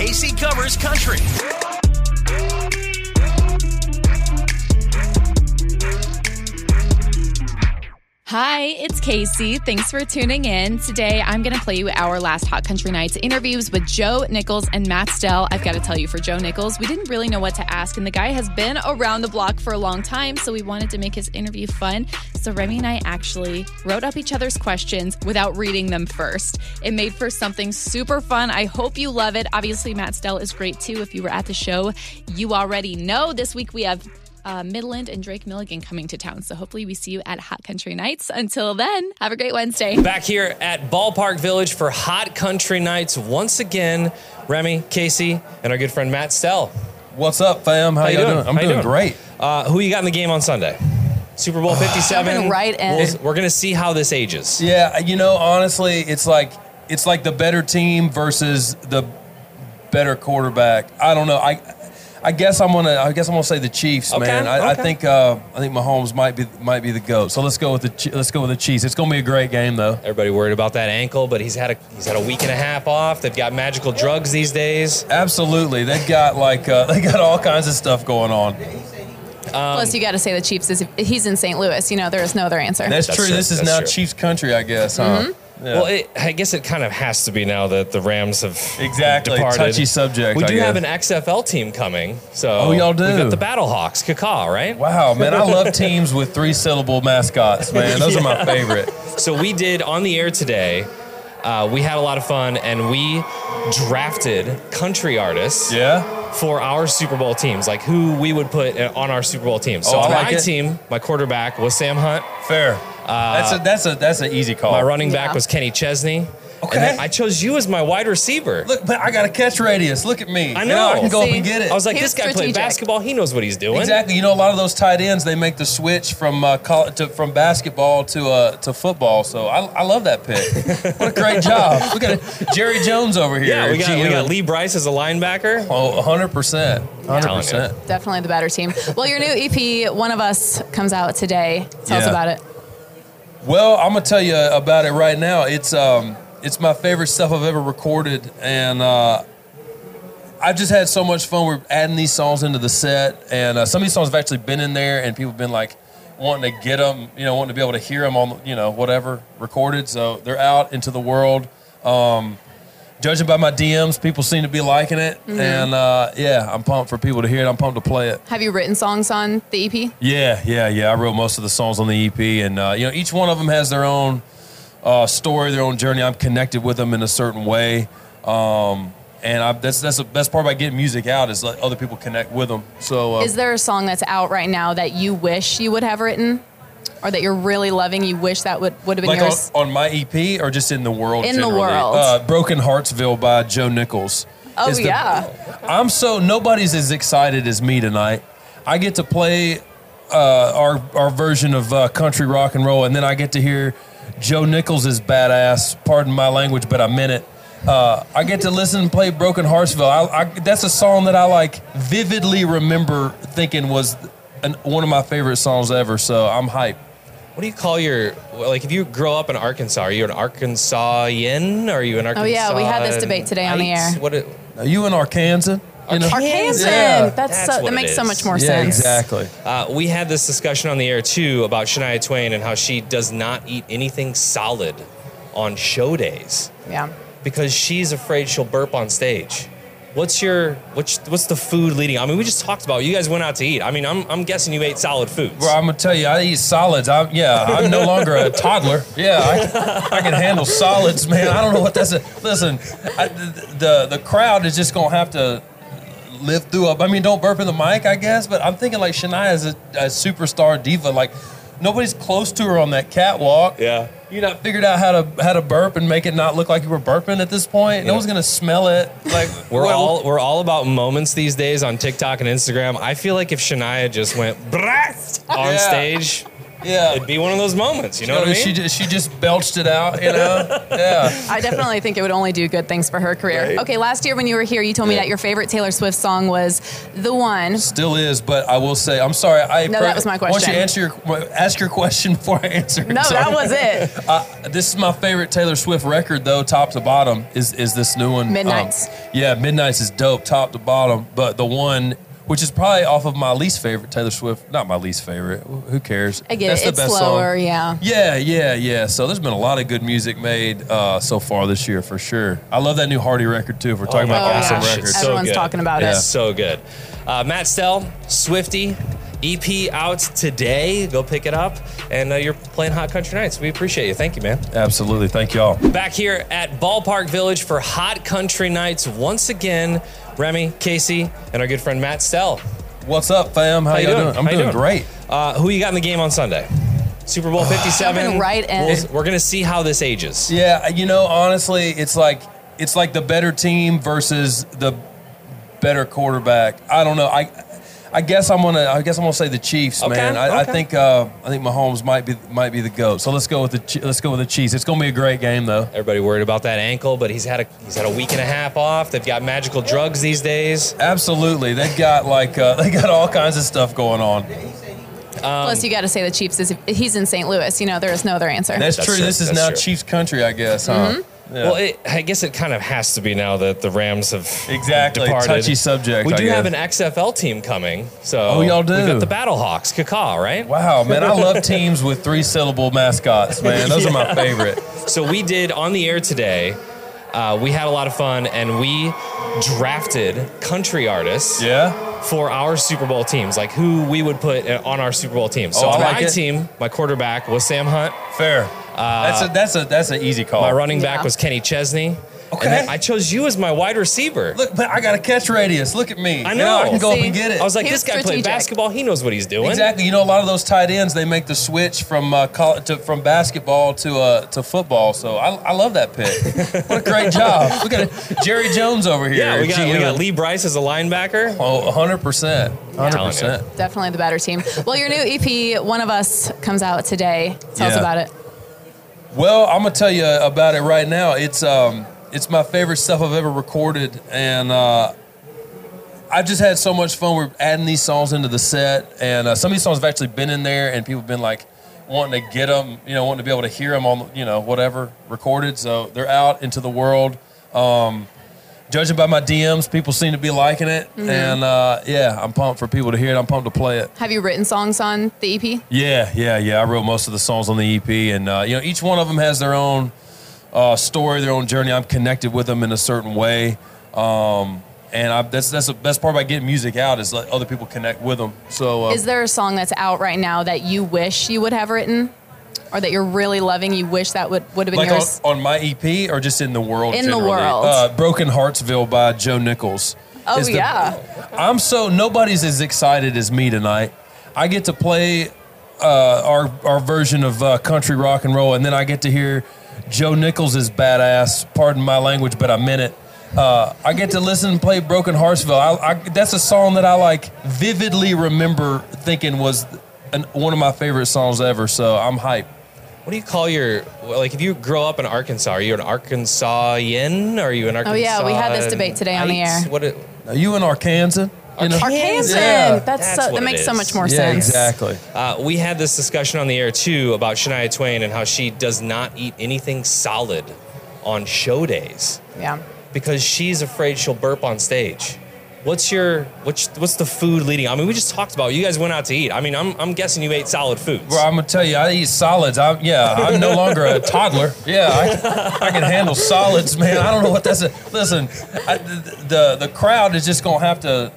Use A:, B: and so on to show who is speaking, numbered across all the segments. A: AC covers country.
B: Hi, it's Casey. Thanks for tuning in. Today, I'm going to play you our last Hot Country Nights interviews with Joe Nichols and Matt Stell. I've got to tell you, for Joe Nichols, we didn't really know what to ask, and the guy has been around the block for a long time, so we wanted to make his interview fun. So Remy and I actually wrote up each other's questions without reading them first. It made for something super fun. I hope you love it. Obviously, Matt Stell is great too. If you were at the show, you already know. This week, we have uh, Midland and Drake Milligan coming to town. So hopefully we see you at Hot Country Nights. Until then, have a great Wednesday.
C: Back here at Ballpark Village for Hot Country Nights once again. Remy, Casey, and our good friend Matt Stell.
D: What's up, fam? How,
C: How you
D: y'all
C: doing?
D: I'm
C: How you
D: doing,
C: doing?
D: great.
C: Uh, who you got in the game on Sunday? Super Bowl 57.
B: Jumping right in.
C: We'll- we're going to see how this ages.
D: Yeah, you know, honestly, it's like it's like the better team versus the better quarterback. I don't know. I I guess I'm gonna I guess I'm gonna say the Chiefs,
C: Okay,
D: man. I, I
C: okay.
D: think uh, I think Mahomes might be might be the goat. So let's go with the Chi- let's go with the Chiefs. It's gonna be a great game though.
C: Everybody worried about that ankle, but he's had a he's had a week and a half off. They've got magical drugs these days.
D: Absolutely, they've got like uh, they got all kinds of stuff going on.
E: Plus, you got to say the Chiefs is he's in St. Louis. You know, there is no other answer.
D: That's,
C: That's
D: true.
C: true.
D: This is
C: That's
D: now
C: true. Mm-hmm.
D: Chiefs country, I guess, huh? Yeah.
C: Well, it, I guess it kind of has to be now that the Rams have
D: Exactly.
C: departed.
D: Touchy subject,
C: We
D: I
C: do
D: guess.
C: have an XFL team coming. So
D: Oh, y'all do?
C: We got the Battlehawks, Kaka, right?
D: wow, man, I love teams with three syllable mascots, man. Those are my favorite.
C: So we did on the air today. Uh, we had a lot of fun, and we drafted country artists
D: Yeah.
C: for our Super Bowl teams, like who we would put on our Super Bowl team. So
D: Oh, I
C: on
D: like
C: my
D: it.
C: team, my quarterback was Sam Hunt.
D: Fair. that's a that's a that's an easy call.
C: Uh, My running
E: Yeah.
C: back was Kenny Chesney.
D: Oh, Okay.
C: And then I chose you as my wide receiver.
D: Look, but I got a catch radius. Look at me.
C: I
D: You I
C: know.
D: can go up
E: See?
D: and get it.
C: I was like,
E: He
C: this
E: was
C: guy played
E: strategic.
C: basketball. He knows what he's doing.
D: exactly. You know, a lot of those tight ends they make the switch from uh, col- to, from basketball to uh, to football. So I, I love that pick. what a great job. Look at Jerry Jones over here.
C: Yeah, we got, we
D: GM.
C: got Lee Bryce as a linebacker.
D: Oh, 100%. 100%.
E: Definitely the better team. Well, your new EP, One of Us, comes out today. Tell us
D: Yeah.
E: about it.
D: Well, I'm gonna tell you about it right now. It's um, it's my favorite stuff I've ever recorded, and uh, I've just had so much fun. We're adding these songs into the set, and uh, some of these songs have actually been in there, and people have been like wanting to get them, you know, wanting to be able to hear them on, you know, whatever recorded. So they're out into the world. Um, judging by my DMs, people seem to be liking it, and uh, yeah, I'm pumped for people to hear it. I'm pumped to play it.
E: Have you written songs on the E EP?
D: Yeah, yeah, yeah. I wrote most of the songs on the EP, and uh, you know, each one of them has their own uh, story, their own journey. I'm connected with them in a certain way, um, and I, that's that's the best part about getting music out is let other people connect with them. So, uh,
E: Is there a song that's out right now that you wish you would have written, or that you're really loving? You wish that would would have been
D: like on,
E: yours.
D: on my EP or just in the world?
E: In the
D: generally?
E: world.
D: uh, "Broken Heartsville" by Joe Nichols.
E: Oh,
D: is the-
E: yeah.
D: I'm so nobody's as excited as me tonight. I get to play uh, our our version of uh, country rock and roll, and then I get to hear Joe Nichols is badass. Pardon my language, but I meant it. Uh, I get to listen and play Broken Heartsville. I, I, that's a song that I like vividly remember thinking was an, one of my favorite songs ever. So I'm hyped.
C: What do you call your well, like? If you grow up in Arkansas, are you an Arkansasian? Are you an Arkansas?
E: Oh, yeah, we had this debate today on the air.
C: What? It,
D: Are you in Arkansas? You know?
E: Arkansan.
D: Yeah.
E: That's,
C: That's
E: so,
C: what
E: that
C: it
E: makes so
C: is.
E: much more
D: Yeah,
E: sense.
D: exactly.
C: uh, we had this discussion on the air too about Shania Twain and how she does not eat anything solid on show days
E: Yeah.
C: because she's afraid she'll burp on stage. What's your what's what's the food leading? I mean, we just talked about. You guys went out to eat. I mean, I'm I'm guessing you ate solid foods.
D: Bro, I'm gonna tell you, I eat solids. I'm, yeah, I'm no longer a toddler. Yeah, I, I can handle solids, man. I don't know what that's. A, listen, I, the the crowd is just gonna have to live through. A, I mean, don't burp in the mic, I guess. But I'm thinking like Shania is a, a superstar diva. Like nobody's close to her on that catwalk.
C: Yeah.
D: you not figured out how to how to burp and make it not look like you were burping at this point. No one's gonna smell it. Like
C: We're
D: well,
C: all we're all about moments these days on TikTok and Instagram. I feel like if Shania just went brat on
D: Yeah.
C: stage,
D: Yeah.
C: it'd be one of those moments. You know what I mean?
D: she just, she just belched it out, you know? yeah.
E: I definitely think it would only do good things for her career.
D: Right.
E: Okay, last year when you were here, you told me
D: Yeah.
E: that your favorite Taylor Swift song was the one.
D: Still is, but I will say, I'm sorry. I
E: No, that was my
D: Once you
E: question.
D: answer your, ask your question before I answer. it.
E: No, that
D: Sorry.
E: was it.
D: Uh, this is my favorite Taylor Swift record, though, top to bottom, is is this new one. Um,
E: Midnights.
D: yeah, Midnights is dope, top to bottom. But the one, which is probably off of my least favorite Taylor Swift, not my least favorite, who cares?
E: I get
D: That's
E: it.
D: the
E: It's
D: best
E: slower,
D: song.
E: yeah.
D: Yeah, yeah, yeah. So there's been a lot of good music made uh, so far this year, for sure. I love that new Hardy record, too, if we're talking
C: my
D: about awesome
E: Oh, gosh.
D: records.
E: It's so Everyone's talking about
D: it.
C: It's So good. Uh, Matt Stell, Swifty, EP out today. Go pick it up. And uh, you're playing Hot Country Nights. We appreciate you. Thank you, man.
D: Absolutely. Thank y'all.
C: Back here at Ballpark Village for Hot Country Nights once again. Remy, Casey, and our good friend Matt Stell.
D: What's up, fam? How,
C: How you
D: y'all
C: doing?
D: doing? I'm
C: How you
D: doing,
C: doing?
D: great.
C: Uh, who you got in the game on Sunday? Super Bowl 57.
E: Jumping right in.
C: We'll- we're going to see how this ages.
D: Yeah, you know, honestly, it's like it's like the better team versus the better quarterback. I don't know. I I guess I'm gonna I guess I'm gonna say the Chiefs,
C: Okay,
D: man. I,
C: okay.
D: I think uh, I think Mahomes might be might be the goat. So let's go with the Chi- let's go with the Chiefs. It's gonna be a great game though.
C: Everybody worried about that ankle, but he's had a he's had a week and a half off. They've got magical drugs these days.
D: Absolutely, they've got like uh, they got all kinds of stuff going on.
E: Plus, you got to say the Chiefs is he's in St. Louis. You know, there is no other answer.
D: That's,
C: That's
D: true.
C: true.
D: This is
C: That's
D: now
C: true.
D: Chiefs country, I guess, huh? Yeah.
C: Well, it, I guess it kind of has to be now that the Rams have
D: Exactly.
C: departed.
D: Touchy subject,
C: We
D: I
C: do have an
D: guess.
C: XFL team coming, so
D: Oh, y'all do?
C: We got the Battlehawks, Kaka, right?
D: wow, man, I love teams with three syllable mascots, man. Those are my favorite.
C: So we did on the air today. Uh, we had a lot of fun, and we drafted country artists
D: Yeah.
C: for our Super Bowl teams, like who we would put uh, on our Super Bowl team. So
D: Oh, I
C: on
D: like
C: my
D: it.
C: team, my quarterback was Sam Hunt.
D: Fair. that's a that's a that's an easy call.
C: My running
E: Yeah.
C: back was Kenny Chesney.
D: Oh, Okay.
C: And then I chose you as my wide receiver.
D: Look, but I got a catch radius. Look at me.
C: I
D: You I
C: know.
D: can go up
E: See?
D: and get it.
C: I was like,
E: He
C: this
E: was
C: guy played
E: strategic.
C: basketball. He knows what he's doing.
D: exactly. You know, a lot of those tight ends they make the switch from uh, col- to, from basketball to uh, to football. So I, I love that pick. what a great job. Look at Jerry Jones over here.
C: Yeah, we got, we
D: GM.
C: got Lee Bryce as a linebacker.
D: Oh, 100%. 100%.
E: Definitely the better team. Well, your new EP, One of Us, comes out today. Tell us
D: Yeah.
E: about it.
D: Well, I'm gonna tell you about it right now. It's um, it's my favorite stuff I've ever recorded, and uh, I've just had so much fun. We're adding these songs into the set, and uh, some of these songs have actually been in there, and people have been like wanting to get them, you know, wanting to be able to hear them on, you know, whatever recorded. So they're out into the world. Um, judging by my DMs, people seem to be liking it, and uh, yeah, I'm pumped for people to hear it. I'm pumped to play it.
E: Have you written songs on the E EP?
D: Yeah, yeah, yeah. I wrote most of the songs on the EP, and uh, you know, each one of them has their own uh, story, their own journey. I'm connected with them in a certain way, um, and I, that's that's the best part about getting music out is let other people connect with them. So, uh,
E: Is there a song that's out right now that you wish you would have written, or that you're really loving? You wish that would would have been
D: like on,
E: yours.
D: on my EP or just in the world?
E: In the
D: generally?
E: world.
D: uh, "Broken Heartsville" by Joe Nichols.
E: Oh,
D: is the-
E: yeah.
D: I'm so nobody's as excited as me tonight. I get to play uh, our our version of uh, country rock and roll, and then I get to hear Joe Nichols is badass. Pardon my language, but I meant it. Uh, I get to listen and play Broken Heartsville. I, I, that's a song that I like vividly remember thinking was an, one of my favorite songs ever. So I'm hyped.
C: What do you call your well, like? If you grow up in Arkansas, are you an Arkansasian? Are you an Arkansas?
E: Oh, yeah, we had this debate today on the air.
C: What? It,
D: Are you in Arkansas? You know?
E: Arkansan.
D: Yeah.
E: That's,
C: That's
E: so,
C: what
E: that
C: it
E: makes so
C: is.
E: much more
D: yeah,
E: sense.
D: exactly.
C: uh, we had this discussion on the air too about Shania Twain and how she does not eat anything solid on show days
E: Yeah.
C: because she's afraid she'll burp on stage. What's your what's what's the food leading? I mean, we just talked about you guys went out to eat. I mean, I'm I'm guessing you ate solid foods.
D: Bro, I'm gonna tell you, I eat solids. I'm, yeah, I'm no longer a toddler. Yeah, I, I can handle solids, man. I don't know what that's. A, listen, I, the the crowd is just gonna have to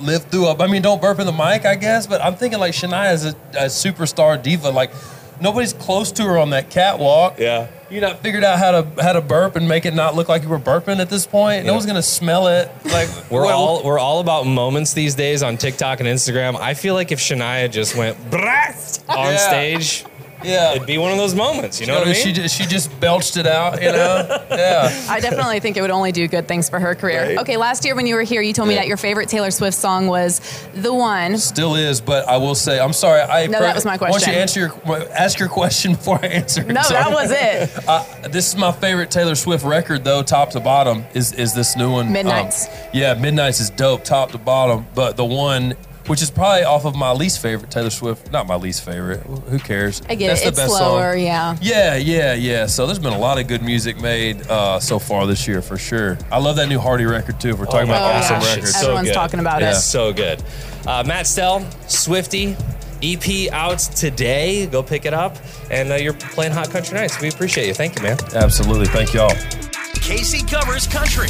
D: live through. A, I mean, don't burp in the mic, I guess. But I'm thinking like Shania is a, a superstar diva. Like nobody's close to her on that catwalk.
C: Yeah.
D: you not figured out how to how to burp and make it not look like you were burping at this point.
C: Yeah.
D: No one's gonna smell it. Like
C: We're
D: well,
C: all we're all about moments these days on TikTok and Instagram. I feel like if Shania just went "Brat" on
D: Yeah.
C: stage,
D: Yeah.
C: it'd be one of those moments. You know what I mean?
D: She just, she just belched it out, you know? yeah.
E: I definitely think it would only do good things for her career.
D: Right.
E: Okay, last year when you were here, you told me
D: Yeah.
E: that your favorite Taylor Swift song was the one.
D: Still is, but I will say, I'm sorry. I
E: No, that was my
D: Once you
E: question.
D: answer your, ask your question before I answer. it.
E: No, that
D: Sorry.
E: was it.
D: Uh, this is my favorite Taylor Swift record, though, top to bottom, is, is this new one. Um,
E: Midnights.
D: yeah, Midnights is dope, top to bottom. But the one, which is probably off of my least favorite Taylor Swift, not my least favorite, who cares?
E: I get
D: That's
E: it.
D: the
E: It's
D: best
E: slower,
D: song.
E: yeah.
D: Yeah, yeah, yeah. So there's been a lot of good music made uh, so far this year, for sure. I love that new Hardy record, too. If we're talking
C: Oh my
D: about awesome
C: gosh,
D: records.
C: it's so
E: Everyone's
C: good.
E: talking about
D: it.
C: It's so good. Uh, Matt Stell, Swifty, EP out today. Go pick it up. And uh, you're playing Hot Country Nights. We appreciate you. Thank you, man.
D: Absolutely. Thank y'all.
A: Casey covers country